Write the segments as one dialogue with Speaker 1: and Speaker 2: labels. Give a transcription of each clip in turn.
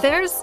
Speaker 1: There's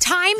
Speaker 2: Time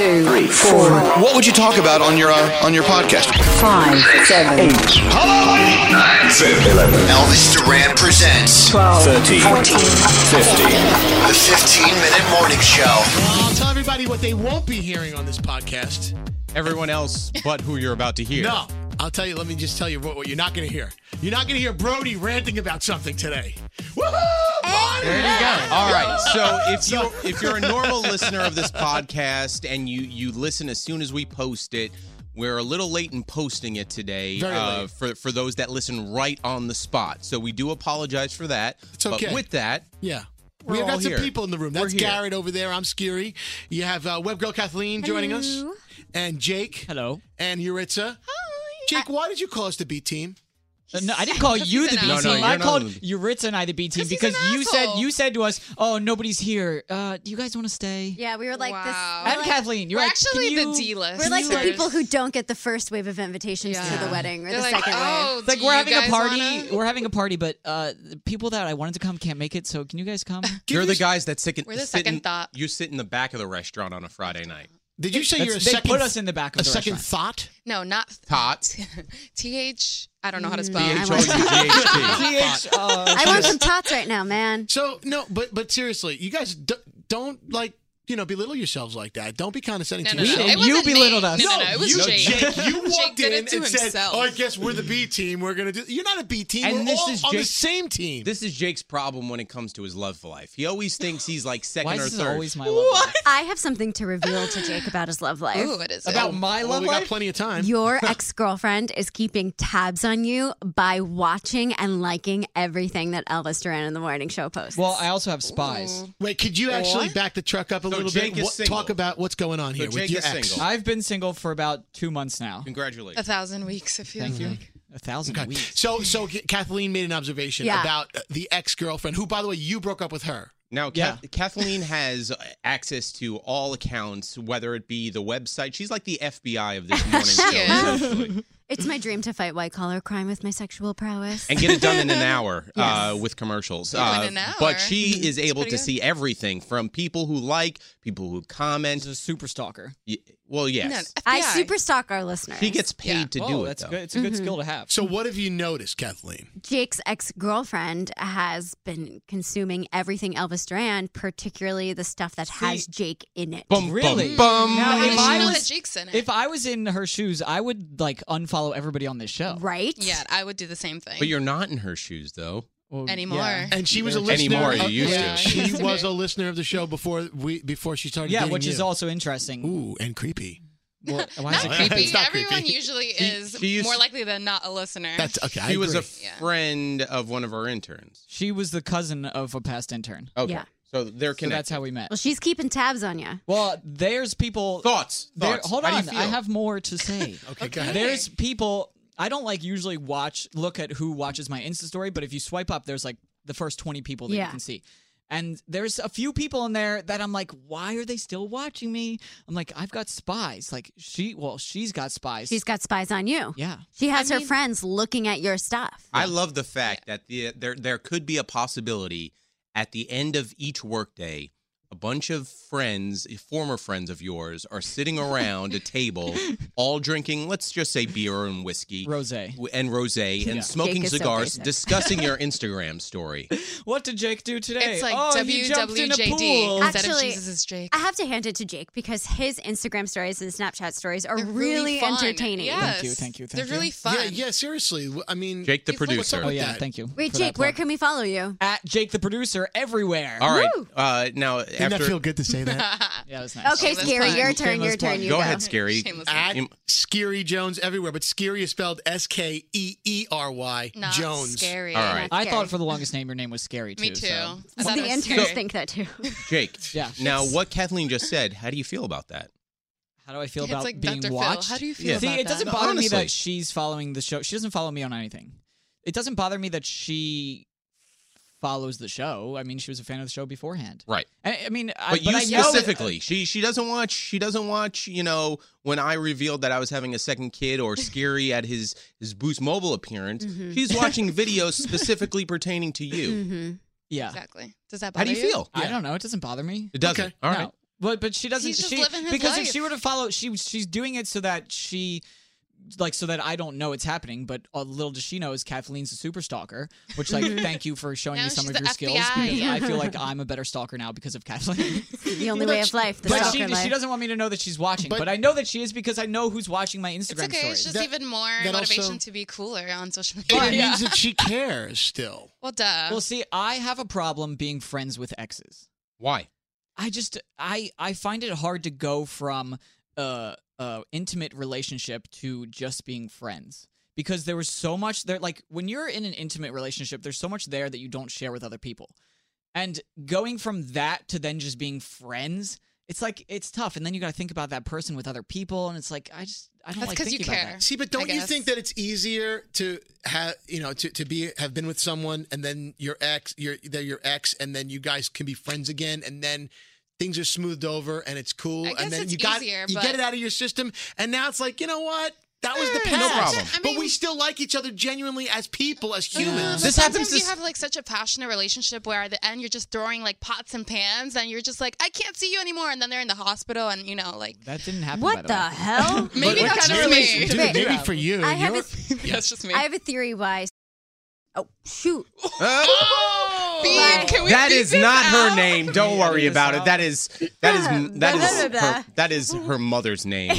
Speaker 3: What would you talk about on your uh, on your podcast?
Speaker 4: Five, seven, eight,
Speaker 3: Hello, nine, seven, eleven. Elvis Duran presents
Speaker 4: twelve, thirteen,
Speaker 3: the 15 minute morning show.
Speaker 5: Well, I'll tell everybody what they won't be hearing on this podcast.
Speaker 6: everyone else but who you're about to hear.
Speaker 5: No, I'll tell you. Let me just tell you what, what you're not going to hear. You're not going to hear Brody ranting about something today. Woohoo!
Speaker 6: There you go. All right. So if you if you're a normal listener of this podcast and you you listen as soon as we post it, we're a little late in posting it today
Speaker 5: Very
Speaker 6: uh,
Speaker 5: late.
Speaker 6: for for those that listen right on the spot. So we do apologize for that.
Speaker 5: It's okay.
Speaker 6: But with that,
Speaker 5: Yeah.
Speaker 6: We're
Speaker 5: We've
Speaker 6: all
Speaker 5: got some
Speaker 6: here.
Speaker 5: people in the room.
Speaker 6: We're
Speaker 5: That's
Speaker 6: here.
Speaker 5: Garrett over there. I'm Scary. You have uh, Web Girl Kathleen joining us, and Jake.
Speaker 7: Hello.
Speaker 5: And Yuritsa. Hi. Jake, why did you call us the B team?
Speaker 7: Uh, No, I didn't call you the B
Speaker 6: No, no,
Speaker 7: team.
Speaker 6: you're
Speaker 7: I
Speaker 6: not
Speaker 7: called
Speaker 6: on the-
Speaker 7: Yuritsa and I the B team because you said you said to us, "Oh, nobody's here. Uh, do you guys want to stay?"
Speaker 8: Yeah, we were like
Speaker 7: I'm
Speaker 8: this. we're like-
Speaker 7: Kathleen. You're
Speaker 4: We're
Speaker 7: like,
Speaker 4: actually
Speaker 7: can
Speaker 4: the
Speaker 7: you-
Speaker 4: D list.
Speaker 8: We're like the
Speaker 4: Sorry.
Speaker 8: people who don't get the first wave of invitations to the wedding or
Speaker 4: They're
Speaker 8: the
Speaker 4: like,
Speaker 8: second
Speaker 4: oh,
Speaker 8: wave.
Speaker 7: It's like
Speaker 4: do
Speaker 7: we're
Speaker 4: you
Speaker 7: having a
Speaker 4: guys
Speaker 7: party.
Speaker 4: wanna-"
Speaker 7: We're having a party, but uh, the people that I wanted to come can't make it. So can you guys come?
Speaker 6: you're the guys that sit in,
Speaker 4: We're the
Speaker 6: sit in-
Speaker 4: second thought.
Speaker 6: You sit in the back of the restaurant on a Friday night.
Speaker 5: Did you say
Speaker 7: That's-
Speaker 5: you're a
Speaker 7: they
Speaker 5: second?
Speaker 7: put us in the back of
Speaker 5: a
Speaker 7: the
Speaker 5: second
Speaker 7: restaurant.
Speaker 5: thought.
Speaker 4: No, not
Speaker 6: Tot.
Speaker 4: T H. I don't know how to spell.
Speaker 6: T H
Speaker 4: it.
Speaker 6: O U G H
Speaker 7: Th,
Speaker 6: T.
Speaker 7: uh,
Speaker 8: I want some tots right now, man.
Speaker 5: So no, but but seriously, you guys d- don't like you know, belittle yourselves like that. Don't be condescending
Speaker 7: No,
Speaker 5: to
Speaker 7: no, no.
Speaker 5: yourself.
Speaker 7: It You wasn't belittled me. us.
Speaker 5: No,
Speaker 7: No, no, no, it was
Speaker 5: you,
Speaker 7: Jake.
Speaker 5: you
Speaker 7: Jake
Speaker 5: walked
Speaker 7: did it
Speaker 5: in
Speaker 7: to
Speaker 5: and said,
Speaker 7: himself.
Speaker 5: "Oh, I guess we're the B team. We're gonna do." You're not a B team.
Speaker 6: And
Speaker 5: we're
Speaker 6: this
Speaker 5: all
Speaker 6: is
Speaker 5: on the
Speaker 6: Jake-
Speaker 5: same team.
Speaker 6: This is Jake's problem when it comes to his love for life. He always thinks he's like second
Speaker 7: Why is
Speaker 6: or
Speaker 7: this
Speaker 6: third.
Speaker 7: always my
Speaker 8: I have something to reveal to Jake about his love life.
Speaker 6: Ooh, what is it? About my Well, love we got life? plenty of time.
Speaker 8: Your ex girlfriend is keeping tabs on you by watching and liking everything that Elvis Duran in the Morning Show posts.
Speaker 7: Well, I also have spies.
Speaker 5: Wait, could you actually back the truck up a
Speaker 7: So
Speaker 5: little
Speaker 7: Jake
Speaker 5: bit?
Speaker 7: is
Speaker 5: What-
Speaker 7: single.
Speaker 5: talk about what's going on here with your ex.
Speaker 7: I've been single for about two months now.
Speaker 6: Congratulations.
Speaker 4: A thousand weeks, it feels
Speaker 7: Thank you.
Speaker 4: like.
Speaker 7: A thousand
Speaker 5: Okay.
Speaker 7: weeks.
Speaker 5: So, so Kathleen made an observation
Speaker 4: Yeah.
Speaker 5: about uh, the ex girlfriend, who, by the way, you broke up with her.
Speaker 6: Now, Kath- Kathleen has access to all accounts, whether it be the website. She's like the FBI of this morning show, essentially.
Speaker 8: it's my dream to fight white collar crime with my sexual prowess
Speaker 6: and get it done in an hour uh, with commercials.
Speaker 8: Ooh, in
Speaker 6: Uh,
Speaker 8: an hour.
Speaker 6: But she is able to
Speaker 8: pretty good.
Speaker 6: see everything from people who like, people who comment. She's
Speaker 7: a super stalker.
Speaker 6: well, yes.
Speaker 8: I super stalk our listeners.
Speaker 6: She gets paid to do
Speaker 7: Whoa,
Speaker 6: it.
Speaker 7: that's
Speaker 6: though.
Speaker 7: good- it's a good Mhm. skill to have.
Speaker 4: Mm-hmm.
Speaker 5: So, what have you noticed, Kathleen?
Speaker 8: Jake's ex girlfriend has been consuming everything Elvis Duran, particularly the stuff that has Jake in it.
Speaker 7: really? Now,
Speaker 4: How did
Speaker 7: if,
Speaker 4: she
Speaker 7: I
Speaker 4: know
Speaker 7: was,
Speaker 4: that Jake's in it?
Speaker 7: if I was in her shoes, I would like unfollow everybody on this show.
Speaker 8: Right?
Speaker 4: yeah, I would do the same thing.
Speaker 6: But you're not in her shoes, though.
Speaker 4: Anymore. yeah.
Speaker 5: And she was a
Speaker 6: Anymore,
Speaker 5: listener.
Speaker 6: you
Speaker 5: of-
Speaker 6: used to.
Speaker 5: yeah, She was a listener of the show before we before she started.
Speaker 7: Yeah,
Speaker 5: dating
Speaker 7: which
Speaker 5: you.
Speaker 7: is also interesting.
Speaker 5: Ooh, and creepy.
Speaker 7: Well, why
Speaker 4: not
Speaker 7: is it
Speaker 4: creepy.
Speaker 7: creepy?
Speaker 4: Everyone usually is
Speaker 6: she used-
Speaker 4: more likely than not a listener.
Speaker 5: okay.
Speaker 6: She was a
Speaker 4: agree. Yeah.
Speaker 6: friend of one of our interns.
Speaker 7: She was the cousin uh, of a past intern.
Speaker 6: Okay.
Speaker 8: Yeah.
Speaker 6: So they're
Speaker 7: So
Speaker 6: connected.
Speaker 7: that's how we met.
Speaker 8: Well, she's keeping tabs on you.
Speaker 7: Well, there's people.
Speaker 6: Thoughts.
Speaker 7: There-
Speaker 6: Thoughts.
Speaker 7: Hold
Speaker 6: How do you
Speaker 7: on. I
Speaker 6: feel?
Speaker 7: have more to say.
Speaker 5: okay, go ahead.
Speaker 7: There's people. I don't like usually watch, look at who watches my Insta story, but if you swipe up, there's like the first 20 people that
Speaker 9: Yeah.
Speaker 7: you can see. And there's a few people in there that I'm like, why are they still watching me? I'm like, I've got spies. Like, she, well, she's got spies.
Speaker 8: She's got spies on you.
Speaker 7: Yeah.
Speaker 8: She has her friends looking at your stuff.
Speaker 6: I love the fact that the, there there could be a possibility at the end of each workday, a bunch of friends, eh, former friends of yours, are sitting around a table, all drinking, let's just say beer and whiskey,
Speaker 7: Rosé.
Speaker 6: and rosé, and
Speaker 7: Yeah.
Speaker 6: smoking
Speaker 7: Jake is so
Speaker 6: cigars,
Speaker 7: basic.
Speaker 6: discussing your Instagram story.
Speaker 7: What did Jake do today?
Speaker 4: It's like
Speaker 7: oh, he jumped in a
Speaker 4: WWJD
Speaker 7: pool.
Speaker 4: instead of Jesus is Jake.
Speaker 8: I have to hand it to Jake because his Instagram stories and Snapchat stories are
Speaker 4: really
Speaker 8: really,
Speaker 4: fun. Thank
Speaker 8: entertaining.
Speaker 7: you, uh, thank you, thank
Speaker 4: They're
Speaker 7: you.
Speaker 4: really fun.
Speaker 5: Yeah, yeah, seriously. w- I mean,
Speaker 6: Jake the
Speaker 5: you- what's up
Speaker 6: producer.
Speaker 5: with
Speaker 7: Oh, yeah,
Speaker 5: that?
Speaker 7: thank you.
Speaker 8: Wait,
Speaker 7: for that
Speaker 8: Jake, where
Speaker 7: plug.
Speaker 8: can we follow you?
Speaker 7: At Jake the producer everywhere.
Speaker 6: All right. Uh, now, after.
Speaker 5: Didn't that feel good to say that?
Speaker 7: Yeah, that's nice.
Speaker 8: Okay, Scary, your turn, your turn. You
Speaker 6: Go ahead, Scary.
Speaker 5: At
Speaker 6: You-
Speaker 5: Scary Jones everywhere, but Scary is spelled S K E E R Y
Speaker 8: Not
Speaker 5: Jones.
Speaker 8: scary.
Speaker 6: All right.
Speaker 7: I
Speaker 8: Scary.
Speaker 7: thought for the longest name your name was Scary too.
Speaker 8: Me too.
Speaker 7: so-
Speaker 8: Well, the interns think that too.
Speaker 6: Jake.
Speaker 7: Yeah.
Speaker 6: Now, what Kathleen just said, how do you feel about that?
Speaker 7: How do I feel
Speaker 6: It's
Speaker 7: about
Speaker 6: like
Speaker 7: being
Speaker 6: Dr. Phil.
Speaker 7: watched?
Speaker 6: How do you feel Yeah.
Speaker 7: See,
Speaker 6: about
Speaker 7: it doesn't
Speaker 6: that? No,
Speaker 7: bother me
Speaker 6: honestly.
Speaker 7: that she's following the show. She doesn't follow me on anything. It doesn't bother me that she follows the show. I mean, she was a fan of the show beforehand.
Speaker 6: Right.
Speaker 7: I, I mean, I,
Speaker 6: But you
Speaker 7: I know that-
Speaker 6: specifically, she she doesn't watch. She doesn't watch. You know, when I revealed that I was having a second kid, or Scary at his his Boost Mobile appearance,
Speaker 4: Mhm.
Speaker 6: she's watching videos specifically pertaining to you.
Speaker 7: yeah.
Speaker 4: Exactly. Does that bother
Speaker 6: How do you feel?
Speaker 7: I don't know. It doesn't bother me.
Speaker 6: It doesn't. All right.
Speaker 7: No. But but she doesn't.
Speaker 4: He's just
Speaker 7: she,
Speaker 4: living his
Speaker 7: because
Speaker 4: life.
Speaker 7: if she were to follow, she she's doing it so that she. Like so that I don't know it's happening, but uh, little does she know is Kathleen's a super stalker. Which like,
Speaker 8: Mhm.
Speaker 7: thank you for showing
Speaker 8: Now
Speaker 7: me some
Speaker 8: she's
Speaker 7: of
Speaker 8: the
Speaker 7: your skills
Speaker 8: FBI.
Speaker 7: because I feel like I'm a better stalker now because of Kathleen.
Speaker 8: the only way of life. The
Speaker 7: but
Speaker 8: stalker
Speaker 7: she,
Speaker 8: life.
Speaker 7: she doesn't want me to know that she's watching, but, I know that she is because I know who's watching my Instagram
Speaker 4: It's okay.
Speaker 7: stories.
Speaker 4: It's just even more
Speaker 7: that also-
Speaker 4: motivation to be cooler on social
Speaker 5: It
Speaker 4: media.
Speaker 5: means that she cares still.
Speaker 4: Well, duh.
Speaker 7: Well, see, I have a problem being friends with exes.
Speaker 6: Why?
Speaker 7: I just I I find it hard to go from uh uh intimate relationship to just being friends because there was so much there like when you're in an intimate relationship there's so much there that you don't share with other people. And going from that to then just being friends, it's like it's tough and then you got to think about that person with other people and it's like I just I don't like thinking about that.
Speaker 5: See, but don't you think that it's easier to have you know to, to be have been with someone and then your ex, your they're your ex, and then you guys can be friends again, and then things are smoothed over and it's cool,
Speaker 4: guess
Speaker 5: and then
Speaker 4: it's
Speaker 5: you got
Speaker 4: easier,
Speaker 5: you
Speaker 4: but-
Speaker 5: get it out of your system, and now it's like you know what. That was the
Speaker 6: Eh, no
Speaker 5: past.
Speaker 6: problem. I
Speaker 5: but we still like each other genuinely as people, as
Speaker 4: Yeah,
Speaker 5: humans.
Speaker 4: but sometimes you have like such a passionate relationship where at the end you're just throwing like pots and pans and you're just like I can't see you anymore and then they're in the hospital and you know like
Speaker 7: That didn't happen
Speaker 8: What
Speaker 7: by the,
Speaker 8: the
Speaker 7: way.
Speaker 8: hell? But
Speaker 4: maybe
Speaker 8: what
Speaker 4: that's
Speaker 8: kind of
Speaker 4: just me.
Speaker 8: relationship Dude, do you maybe have?
Speaker 5: for you,
Speaker 8: I have
Speaker 5: you're-
Speaker 8: a,
Speaker 4: that's just me.
Speaker 8: I have a theory why. Oh shoot!
Speaker 6: Oh!
Speaker 4: Beep, can we
Speaker 6: that
Speaker 4: beep
Speaker 6: is
Speaker 4: this
Speaker 6: not her
Speaker 4: out?
Speaker 6: name. Don't worry about it. That is that is that
Speaker 8: Blah,
Speaker 6: is
Speaker 8: blah,
Speaker 6: her, that is her mother's name.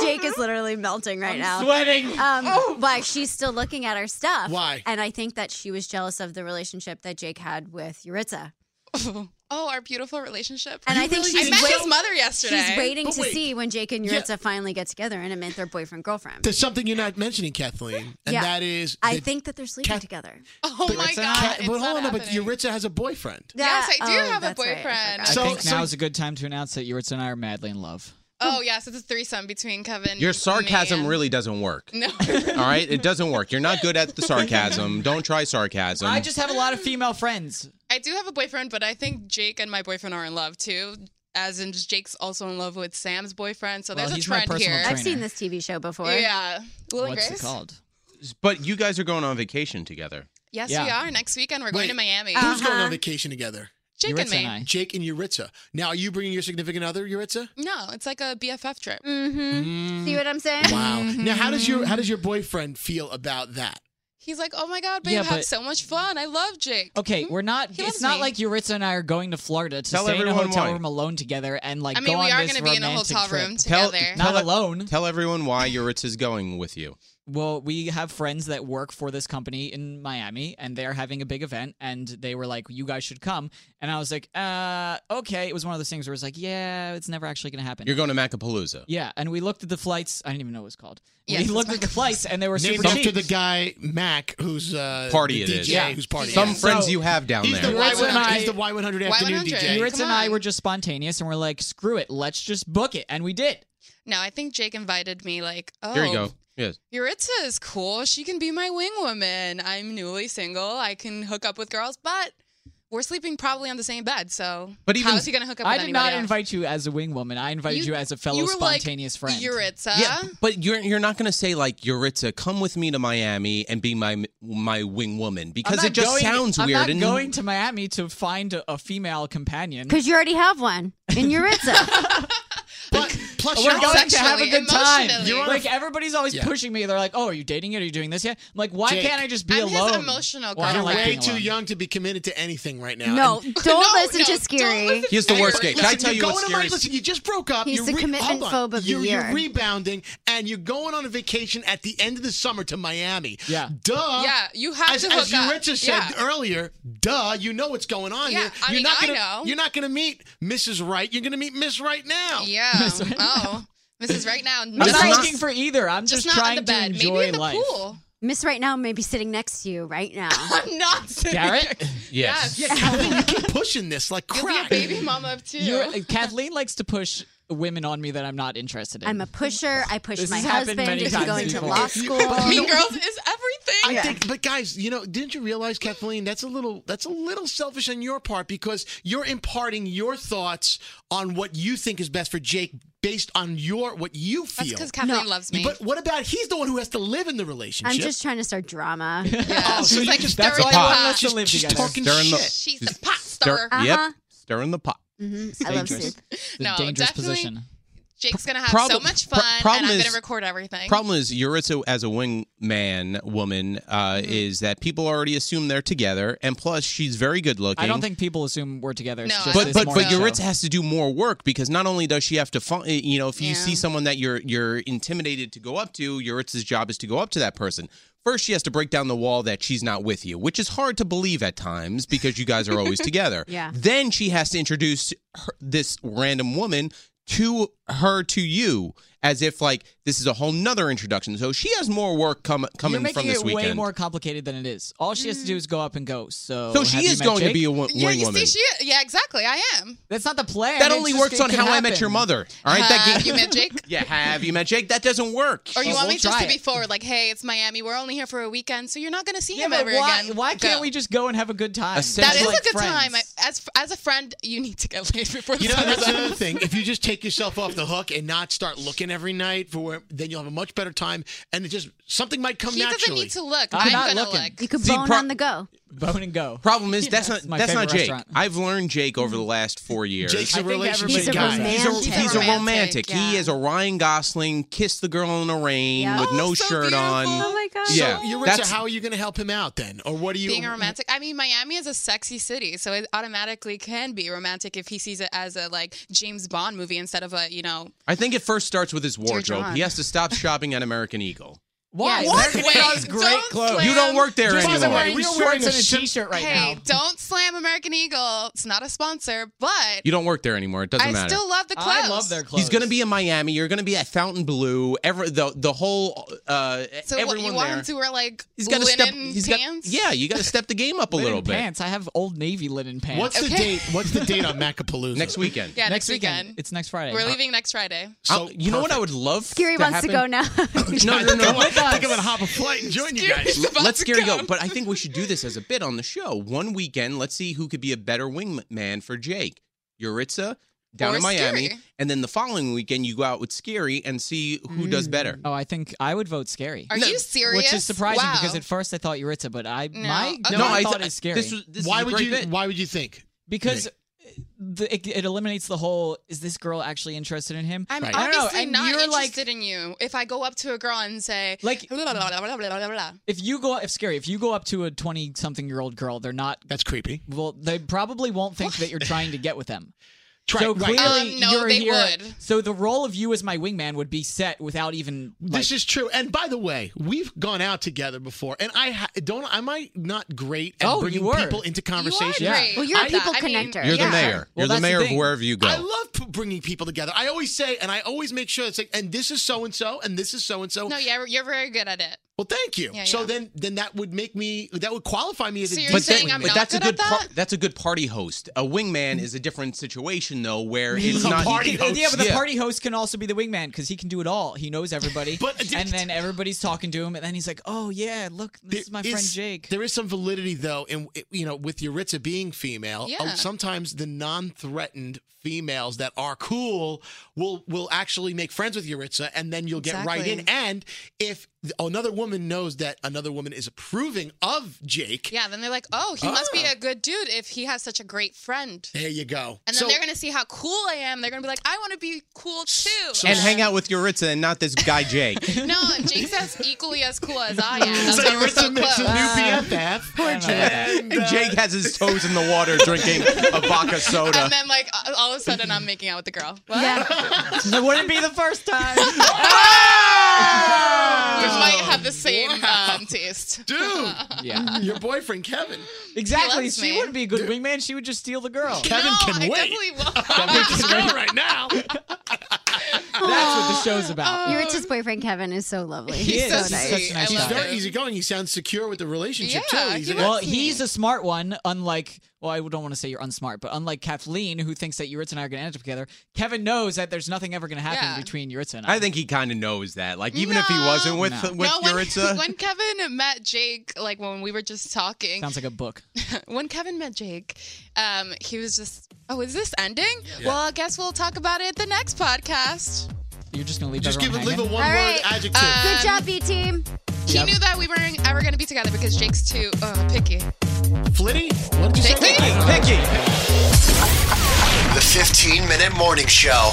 Speaker 8: Jake is literally melting right
Speaker 6: I'm
Speaker 8: now.
Speaker 6: sweating.
Speaker 8: Um,
Speaker 4: Oh!
Speaker 8: Why she's still looking at her stuff.
Speaker 6: Why?
Speaker 8: And I think that she was jealous of the relationship that Jake had with Yuritsa.
Speaker 4: Oh, our beautiful relationship.
Speaker 8: And I think
Speaker 7: Oh,
Speaker 8: she's
Speaker 4: I met
Speaker 8: wait-
Speaker 4: his mother yesterday.
Speaker 8: She's waiting to
Speaker 4: see.
Speaker 8: see when Jake and
Speaker 4: Yeah.
Speaker 8: Yuritsa finally get together and admit they're boyfriend girlfriend.
Speaker 5: There's something you're not mentioning, Kathleen, and
Speaker 8: Yeah.
Speaker 5: that is
Speaker 8: I
Speaker 5: that
Speaker 8: think that they're sleeping together.
Speaker 4: Oh
Speaker 5: Yuritsa- Kat- but hold on, no, but Yuritsa has a boyfriend.
Speaker 4: Yes, I do
Speaker 8: Yeah, oh,
Speaker 4: have a
Speaker 8: that's right, I
Speaker 4: boyfriend.
Speaker 7: I think now is a good time to announce that Yuritsa and I are madly in love.
Speaker 4: oh yes, it's a threesome between Kevin.
Speaker 6: Your sarcasm
Speaker 4: me.
Speaker 6: really doesn't work.
Speaker 4: No.
Speaker 6: All right, it doesn't work. You're not good at the sarcasm. Don't try sarcasm.
Speaker 7: I just have a lot of female friends.
Speaker 4: I do have a boyfriend, but I think Jake and my boyfriend are in love too. As in, Jake's also in love with Sam's boyfriend. So
Speaker 6: Well,
Speaker 4: there's a
Speaker 6: he's my
Speaker 4: trend
Speaker 6: personal
Speaker 4: here.
Speaker 6: trainer. I've seen
Speaker 8: this TV show before.
Speaker 4: Yeah, Will and Grace.
Speaker 6: But you guys are going on vacation together.
Speaker 4: Yes,
Speaker 6: Yeah.
Speaker 4: we are. Next weekend, we're going to Miami.
Speaker 5: Who's going on vacation together?
Speaker 4: Jake and Yuritsa me. and I.
Speaker 5: Jake Uh-huh. and Yuritsa. Now, are you bringing your significant other, Yuritsa?
Speaker 4: No, it's like a BFF trip.
Speaker 7: Mm.
Speaker 8: Mm-hmm. See what I'm saying?
Speaker 5: Wow. Now, how does your how does your boyfriend feel about that?
Speaker 4: He's like, oh my god, babe,
Speaker 7: Yeah,
Speaker 4: have
Speaker 7: but-
Speaker 4: so much fun. I love Jake.
Speaker 7: Okay, we're not.
Speaker 4: He
Speaker 7: It's
Speaker 4: loves
Speaker 7: not
Speaker 4: me.
Speaker 7: like Yuritsa and I are going to Florida to
Speaker 6: Tell
Speaker 7: stay in a
Speaker 6: everyone
Speaker 7: hotel
Speaker 6: why.
Speaker 7: room alone together and like
Speaker 4: I mean,
Speaker 7: go on
Speaker 4: we are
Speaker 7: this
Speaker 4: gonna be in a
Speaker 7: romantic
Speaker 4: hotel
Speaker 7: trip.
Speaker 4: room together.
Speaker 7: not alone.
Speaker 6: Tell everyone why Yuritsa's going with you.
Speaker 7: Well, we have friends that work for this company in Miami, and they're having a big event, and they were like, "You guys should come." And I was like, "Uh, okay." It was one of those things where it's like, "Yeah, it's never actually gonna happen."
Speaker 6: You're going to Macapalooza.
Speaker 7: yeah, and we looked at the flights. I didn't even know what it was called.
Speaker 6: Yes,
Speaker 7: we
Speaker 6: it's
Speaker 7: looked at the flights, and they were
Speaker 5: Named
Speaker 7: super cheap.
Speaker 5: after the guy Mac, who's uh,
Speaker 6: Party
Speaker 5: the
Speaker 6: it
Speaker 5: DJ,
Speaker 6: is.
Speaker 5: who's party.
Speaker 6: Some
Speaker 5: it is.
Speaker 6: friends you have down
Speaker 5: he's
Speaker 6: there.
Speaker 5: The
Speaker 7: Yuritsa and
Speaker 5: Y100,
Speaker 7: I-
Speaker 5: he's the Y100 afternoon DJ.
Speaker 7: Yuritsa and I were just spontaneous, and we're like, "Screw it, let's just book it," and we did.
Speaker 4: No, I think Jake invited me. Like, oh,
Speaker 6: Here you go. Yes.
Speaker 4: Yuritsa is cool. She can be my wing woman. I'm newly single. I can hook up with girls, but we're sleeping probably on the same bed. So,
Speaker 7: But even-
Speaker 4: how is he going to hook up
Speaker 7: I
Speaker 4: with
Speaker 7: did
Speaker 4: anybody
Speaker 7: not
Speaker 4: else?
Speaker 7: invite you as a wing woman. I invited you, as a fellow
Speaker 4: you were like,
Speaker 7: spontaneous friend.
Speaker 4: Yuritsa.
Speaker 6: Yeah, but you're you're not gonna say like Yuritsa, come with me to Miami and be my my wing woman because
Speaker 7: I'm
Speaker 6: it
Speaker 7: not
Speaker 6: just
Speaker 7: going-
Speaker 6: sounds
Speaker 7: I'm
Speaker 6: weird.
Speaker 7: not
Speaker 6: and
Speaker 7: going to Miami to find a, a female companion
Speaker 8: Because you already have one in Yuritsa.
Speaker 5: Plus,
Speaker 7: We're
Speaker 5: you're
Speaker 7: going to have a
Speaker 5: sexually,
Speaker 7: good time.
Speaker 5: emotionally. You're on a-
Speaker 7: Like everybody's always
Speaker 5: Yeah.
Speaker 7: pushing me. They're like, "Oh, are you dating it? Are you doing this yet?" I'm like, "Why
Speaker 5: Jake.
Speaker 7: can't I just be
Speaker 5: I'm his
Speaker 7: alone?"
Speaker 5: emotional
Speaker 7: Well, I don't
Speaker 5: You're
Speaker 7: like
Speaker 5: way
Speaker 7: being
Speaker 5: too
Speaker 7: alone.
Speaker 5: young to be committed to anything right now.
Speaker 8: No,
Speaker 5: And-
Speaker 8: don't listen to Scary.
Speaker 6: Here's the worst game. Can I
Speaker 5: Listen,
Speaker 6: tell you
Speaker 5: you're
Speaker 6: what's
Speaker 5: going to Miami-
Speaker 6: scary?
Speaker 5: Listen, you just broke up.
Speaker 8: He's
Speaker 5: you're
Speaker 8: the commitment
Speaker 5: hold on.
Speaker 8: phobe of the
Speaker 5: you're,
Speaker 8: year.
Speaker 5: You're rebounding, and you're going on a vacation at the end of the summer to Miami. Yeah. Duh.
Speaker 4: Yeah, you have
Speaker 5: as,
Speaker 4: to hook
Speaker 5: as you
Speaker 4: up.
Speaker 5: Richard said
Speaker 4: Yeah.
Speaker 5: earlier, duh, you know what's going on
Speaker 4: Yeah,
Speaker 5: here.
Speaker 4: I
Speaker 5: you're
Speaker 4: mean,
Speaker 5: not
Speaker 4: I
Speaker 5: gonna,
Speaker 4: know.
Speaker 5: You're not going to meet Mrs. Wright. You're going to meet Miss Wright now.
Speaker 4: Yeah. oh, Mrs. Right now.
Speaker 7: I'm not looking for either. I'm just,
Speaker 4: Just not in
Speaker 7: trying
Speaker 4: the bed.
Speaker 7: to
Speaker 4: Maybe
Speaker 7: enjoy
Speaker 4: in the
Speaker 7: life.
Speaker 4: pool.
Speaker 8: Miss right now may be sitting next to you right now.
Speaker 4: I'm not sitting
Speaker 7: Garrett?
Speaker 6: Yes.
Speaker 5: Yeah, Kathleen, you keep pushing this like crack.
Speaker 4: baby mama of 2
Speaker 7: You're- uh, Kathleen likes to push women on me that I'm not interested in.
Speaker 8: I'm a pusher. I push
Speaker 7: This
Speaker 8: my
Speaker 7: has happened
Speaker 8: husband
Speaker 7: many
Speaker 8: into
Speaker 7: times
Speaker 8: going to
Speaker 7: before.
Speaker 8: law school.
Speaker 4: mean Girls is everything.
Speaker 5: I think, but guys, you know, didn't you realize, Kathleen? That's a little that's a little selfish on your part because you're imparting your thoughts on what you think is best for Jake based on your what you feel.
Speaker 4: 'cause Kathleen No. loves me.
Speaker 5: But what about he's the one who has to live in the relationship?
Speaker 8: I'm just trying to start drama.
Speaker 5: oh, so you just
Speaker 7: That's why everyone wants to live
Speaker 5: She's
Speaker 7: together.
Speaker 5: talking
Speaker 6: Stirring the-
Speaker 5: shit.
Speaker 4: She's the pot
Speaker 6: Stir,
Speaker 4: stirrer. Uh-huh.
Speaker 6: Yep, stirring the pot.
Speaker 8: Mhm. I love
Speaker 6: Dangerous.
Speaker 8: soup.
Speaker 7: It's a
Speaker 4: No,
Speaker 7: dangerous
Speaker 4: definitely
Speaker 7: position.
Speaker 4: Jake's going to have
Speaker 6: Problem-
Speaker 4: so much
Speaker 6: pro-
Speaker 4: fun,
Speaker 6: problem
Speaker 4: and I'm going
Speaker 6: is-
Speaker 4: to record everything.
Speaker 6: Problem is, Yuritsa as a wingman woman uh, is that people already assume they're together, and plus she's very good looking.
Speaker 7: I don't think people assume we're together. It's just
Speaker 6: but
Speaker 7: this
Speaker 6: but but
Speaker 7: morning show.
Speaker 6: Yuritsa has to do more work because not only does she have to find you know if you see someone that you're you're intimidated to go up to Yuritsa's job is to go up to that person first she has to break down the wall that she's not with you which is hard to believe at times because you guys are always together
Speaker 9: Yeah.
Speaker 6: then she has to introduce her, this random woman to her to you as if like this is a whole nother introduction so she has more work come, coming
Speaker 7: You're making
Speaker 6: from this
Speaker 7: it
Speaker 6: weekend
Speaker 7: way more complicated than it is. All she has to do is go up and go. So
Speaker 6: So she
Speaker 7: have you
Speaker 6: is
Speaker 7: met
Speaker 6: going to
Speaker 7: Jake?
Speaker 6: be a wo- Yeah, wing you see,
Speaker 4: See, she, yeah, exactly. I am.
Speaker 7: That's not the plan.
Speaker 6: that
Speaker 7: It's
Speaker 6: only
Speaker 7: just-
Speaker 6: works
Speaker 7: it
Speaker 6: on
Speaker 7: could
Speaker 6: how I met
Speaker 7: happen.
Speaker 6: your mother. All right, that
Speaker 4: Have you met Jake?
Speaker 6: Yeah, have you met Jake? That doesn't work.
Speaker 4: Or you want me just to be forward, like, hey, it's Miami. We're only here for a weekend, so you're not going to see
Speaker 7: Yeah,
Speaker 4: him
Speaker 7: but
Speaker 4: ever
Speaker 7: why,
Speaker 4: again.
Speaker 7: why can't
Speaker 4: Go.
Speaker 7: we just go and have a good time?
Speaker 4: That is
Speaker 7: Like
Speaker 4: a good
Speaker 7: friends.
Speaker 4: time. I, as as a friend, you need to get laid before the
Speaker 5: You know,
Speaker 4: summer's
Speaker 5: that's
Speaker 4: out.
Speaker 5: another thing. If you just take yourself off the hook and not start looking every night for where, then you'll have a much better time. And it just something might come
Speaker 4: He doesn't
Speaker 5: naturally.
Speaker 4: need to look.
Speaker 5: I'm
Speaker 4: I'm,
Speaker 5: not
Speaker 4: gonna
Speaker 5: looking.
Speaker 4: look.
Speaker 8: You could
Speaker 6: See,
Speaker 8: bone
Speaker 6: pro-
Speaker 8: on the go.
Speaker 7: Bone and go.
Speaker 6: Problem is that's not
Speaker 7: my
Speaker 6: that's not
Speaker 7: favorite
Speaker 6: Jake.
Speaker 7: restaurant.
Speaker 6: I've learned Jake over the last four years.
Speaker 5: Jake's a I think relationship
Speaker 8: everybody's guy. a
Speaker 6: He's a-
Speaker 8: romantic.
Speaker 6: He's a romantic.
Speaker 8: Yeah.
Speaker 6: He is a Ryan Gosling, kiss the girl in the rain
Speaker 8: Yeah.
Speaker 6: with
Speaker 8: Oh,
Speaker 6: no
Speaker 8: so
Speaker 6: shirt on.
Speaker 8: beautiful. Oh my god.
Speaker 6: Yeah,
Speaker 5: So you're rich.
Speaker 6: that's-
Speaker 5: so how are you going to help him out then, or what do you?
Speaker 4: being a romantic. I mean, Miami is a sexy city, so it automatically can be romantic if he sees it as a like James Bond movie instead of a you know.
Speaker 6: I think it first starts with his wardrobe.
Speaker 4: John.
Speaker 6: He has to stop shopping at American Eagle.
Speaker 7: Why?
Speaker 4: Yeah,
Speaker 7: American
Speaker 4: wait,
Speaker 7: Eagle has great
Speaker 4: don't
Speaker 7: clothes.
Speaker 4: slam-
Speaker 6: You don't work there
Speaker 7: Just
Speaker 6: anymore.
Speaker 7: because I'm wearing
Speaker 6: We're
Speaker 7: shorts
Speaker 6: wearing
Speaker 7: and
Speaker 6: a
Speaker 7: a t-shirt right
Speaker 4: hey,
Speaker 7: now.
Speaker 4: don't slam American Eagle. It's not a sponsor, but
Speaker 6: You don't work there anymore. It doesn't
Speaker 4: I
Speaker 6: matter.
Speaker 4: still love the clothes.
Speaker 7: I love their clothes.
Speaker 6: He's going to be in Miami. You're going to be at Fountain Blue. Every the the whole uh,
Speaker 4: So what,
Speaker 6: everyone
Speaker 4: you want
Speaker 6: there.
Speaker 4: him to wear like
Speaker 6: He's gotta
Speaker 4: linen
Speaker 6: step- he's got-
Speaker 4: pants?
Speaker 6: yeah, you got to step the game up a
Speaker 7: Linen
Speaker 6: little bit.
Speaker 7: Pants. I have old navy linen pants.
Speaker 5: What's the date? What's the date on Macapalooza?
Speaker 6: Next weekend.
Speaker 4: Yeah, next
Speaker 7: It's next Friday. Uh,
Speaker 4: We're leaving next Friday.
Speaker 6: So you know what I would love?
Speaker 8: Scary
Speaker 6: to
Speaker 8: wants to
Speaker 6: happen?
Speaker 8: go now.
Speaker 6: No, no, no.
Speaker 5: I think I'm going to hop a flight and join you guys.
Speaker 6: Let's scary go. But I think we should do this as a bit on the show. One weekend, let's see who could be a better wingman for Jake. Yuritsa down
Speaker 7: Or
Speaker 6: in Miami,
Speaker 7: Scary.
Speaker 6: and then the following weekend you go out with Scary and see who does better.
Speaker 7: Oh, I think I would vote scary.
Speaker 4: Are you serious?
Speaker 7: Which is surprising
Speaker 4: Wow.
Speaker 7: because at first I thought Yuritsa, but I
Speaker 4: No.
Speaker 7: my
Speaker 4: Okay.
Speaker 7: no,
Speaker 4: No, uh,
Speaker 7: I
Speaker 4: I
Speaker 7: thought
Speaker 4: th-
Speaker 7: it's scary.
Speaker 6: this was- this
Speaker 5: why
Speaker 6: is a
Speaker 5: would
Speaker 6: great
Speaker 5: you?
Speaker 6: bit.
Speaker 5: Why would you think?
Speaker 7: because the, it, it eliminates the whole is this girl actually interested in him?
Speaker 4: I'm
Speaker 7: I don't know,
Speaker 4: obviously
Speaker 7: and
Speaker 4: not
Speaker 7: you're like
Speaker 4: interested in you. If I go up to a girl and say
Speaker 7: Like-
Speaker 4: blah, blah, blah, blah, blah, blah, blah, blah.
Speaker 7: if you go if scary, if you go up to a 20 something year old girl, they're not
Speaker 5: That's creepy.
Speaker 7: Well, they probably won't think that you're trying to get with them.
Speaker 5: Try-
Speaker 7: so
Speaker 5: right.
Speaker 7: clearly
Speaker 4: Um, no,
Speaker 7: you're
Speaker 4: they
Speaker 7: here.
Speaker 4: would.
Speaker 7: So the role of you as my wingman would be set without even like,
Speaker 5: This is true. And by the way, we've gone out together before, and I ha- don't. Am I not great at
Speaker 7: Oh,
Speaker 5: bringing
Speaker 7: you were.
Speaker 5: people into conversation?
Speaker 7: You are great.
Speaker 8: Well, you're a
Speaker 5: I-
Speaker 8: people connector.
Speaker 6: You're
Speaker 8: Yeah.
Speaker 6: the mayor.
Speaker 7: Well,
Speaker 6: you're the
Speaker 7: that's the
Speaker 6: mayor of
Speaker 7: thing.
Speaker 6: wherever you go.
Speaker 5: I love p- bringing people together. I always say, and I always make sure it's like, and this is so and so, and this is so and so.
Speaker 4: No, Oh, yeah, you're very good at it.
Speaker 5: Well, thank you.
Speaker 4: Yeah,
Speaker 5: so
Speaker 4: yeah.
Speaker 5: then, then that would make me. That would qualify me as
Speaker 4: So
Speaker 5: a.
Speaker 4: you're
Speaker 5: decent
Speaker 4: saying
Speaker 5: wingman.
Speaker 4: I'm
Speaker 6: but
Speaker 4: not
Speaker 6: that's a
Speaker 4: good
Speaker 6: good
Speaker 4: at
Speaker 6: par-
Speaker 4: that?
Speaker 6: that's a good party host. A wingman is a different situation though, where it's
Speaker 7: He
Speaker 6: not
Speaker 7: can- Yeah, but the party host can also be the wingman because he can do it all. He knows everybody.
Speaker 5: But-
Speaker 7: and then everybody's talking to him, and then he's like, "Oh yeah, look, this is my
Speaker 5: There
Speaker 7: friend Jake."
Speaker 5: There is some validity though in you know with Yuritsa being female.
Speaker 7: Yeah.
Speaker 5: uh, Sometimes the non-threatened females that are cool will will actually make friends with Yuritsa, and then you'll get right in.
Speaker 4: Exactly.
Speaker 5: And if th- another woman knows that another woman is approving of Jake,
Speaker 4: Yeah, then they're like, oh, he must be
Speaker 5: Ah.
Speaker 4: a good dude if he has such a great friend.
Speaker 5: there you go.
Speaker 4: And then they're gonna see how cool I am. They're gonna be like, I want to be cool too.
Speaker 6: and hang out with Yuritsa and not this guy Jake.
Speaker 4: No, and Jake's as equally as cool as I am. That's
Speaker 5: So
Speaker 4: why we're so
Speaker 5: Yuritsa makes
Speaker 4: close.
Speaker 5: a new BFF.
Speaker 6: and Jake has his toes in the water drinking a vodka soda.
Speaker 4: And then like uh, all of a sudden I'm making out with the girl. What?
Speaker 7: it wouldn't be the first time.
Speaker 4: We might have the same um, taste.
Speaker 5: Dude,
Speaker 7: yeah,
Speaker 5: your boyfriend Kevin.
Speaker 7: exactly.
Speaker 4: loves
Speaker 7: She
Speaker 4: me.
Speaker 7: wouldn't be a good wingman. She would just steal the girl.
Speaker 5: Kevin
Speaker 4: no,
Speaker 5: can
Speaker 4: I
Speaker 5: wait.
Speaker 4: definitely will.
Speaker 5: Kevin's girl right now.
Speaker 7: That's what the show's about.
Speaker 4: uh,
Speaker 8: Your richest boyfriend Kevin is so lovely.
Speaker 7: He is.
Speaker 8: He's so
Speaker 7: He's
Speaker 8: nice.
Speaker 7: such a nice
Speaker 5: He's
Speaker 7: guy.
Speaker 5: very easygoing. He sounds secure with the relationship
Speaker 4: Yeah,
Speaker 5: too. He's
Speaker 4: he
Speaker 5: a-
Speaker 4: loves
Speaker 7: Well, he's a smart one, unlike, well, I don't want to say you're unsmart, but unlike Kathleen, who thinks that Yuritsa and I are going to end up together, Kevin knows that there's nothing ever going to happen
Speaker 4: Yeah.
Speaker 7: between Yuritsa and I.
Speaker 6: I think he kind of knows that. Like even if he wasn't with
Speaker 7: No.
Speaker 6: with
Speaker 4: no, when,
Speaker 6: Yuritsa,
Speaker 4: when Kevin met Jake, like when we were just talking,
Speaker 7: Sounds like a book.
Speaker 4: when Kevin met Jake, um, he was just, oh, is this ending? Well, I guess we'll talk about it the next podcast.
Speaker 7: You're just going to leave
Speaker 5: Just give
Speaker 7: everyone
Speaker 5: it, leave a
Speaker 7: hanging?
Speaker 5: one-word
Speaker 8: right.
Speaker 5: adjective.
Speaker 6: Uh,
Speaker 8: Good job, B team.
Speaker 4: He
Speaker 7: Yep.
Speaker 4: knew that we weren't ever going to be together because Jake's too uh, picky.
Speaker 5: Flitty? What did you say?
Speaker 4: Picky?
Speaker 6: Picky.
Speaker 3: The 15 minute morning show.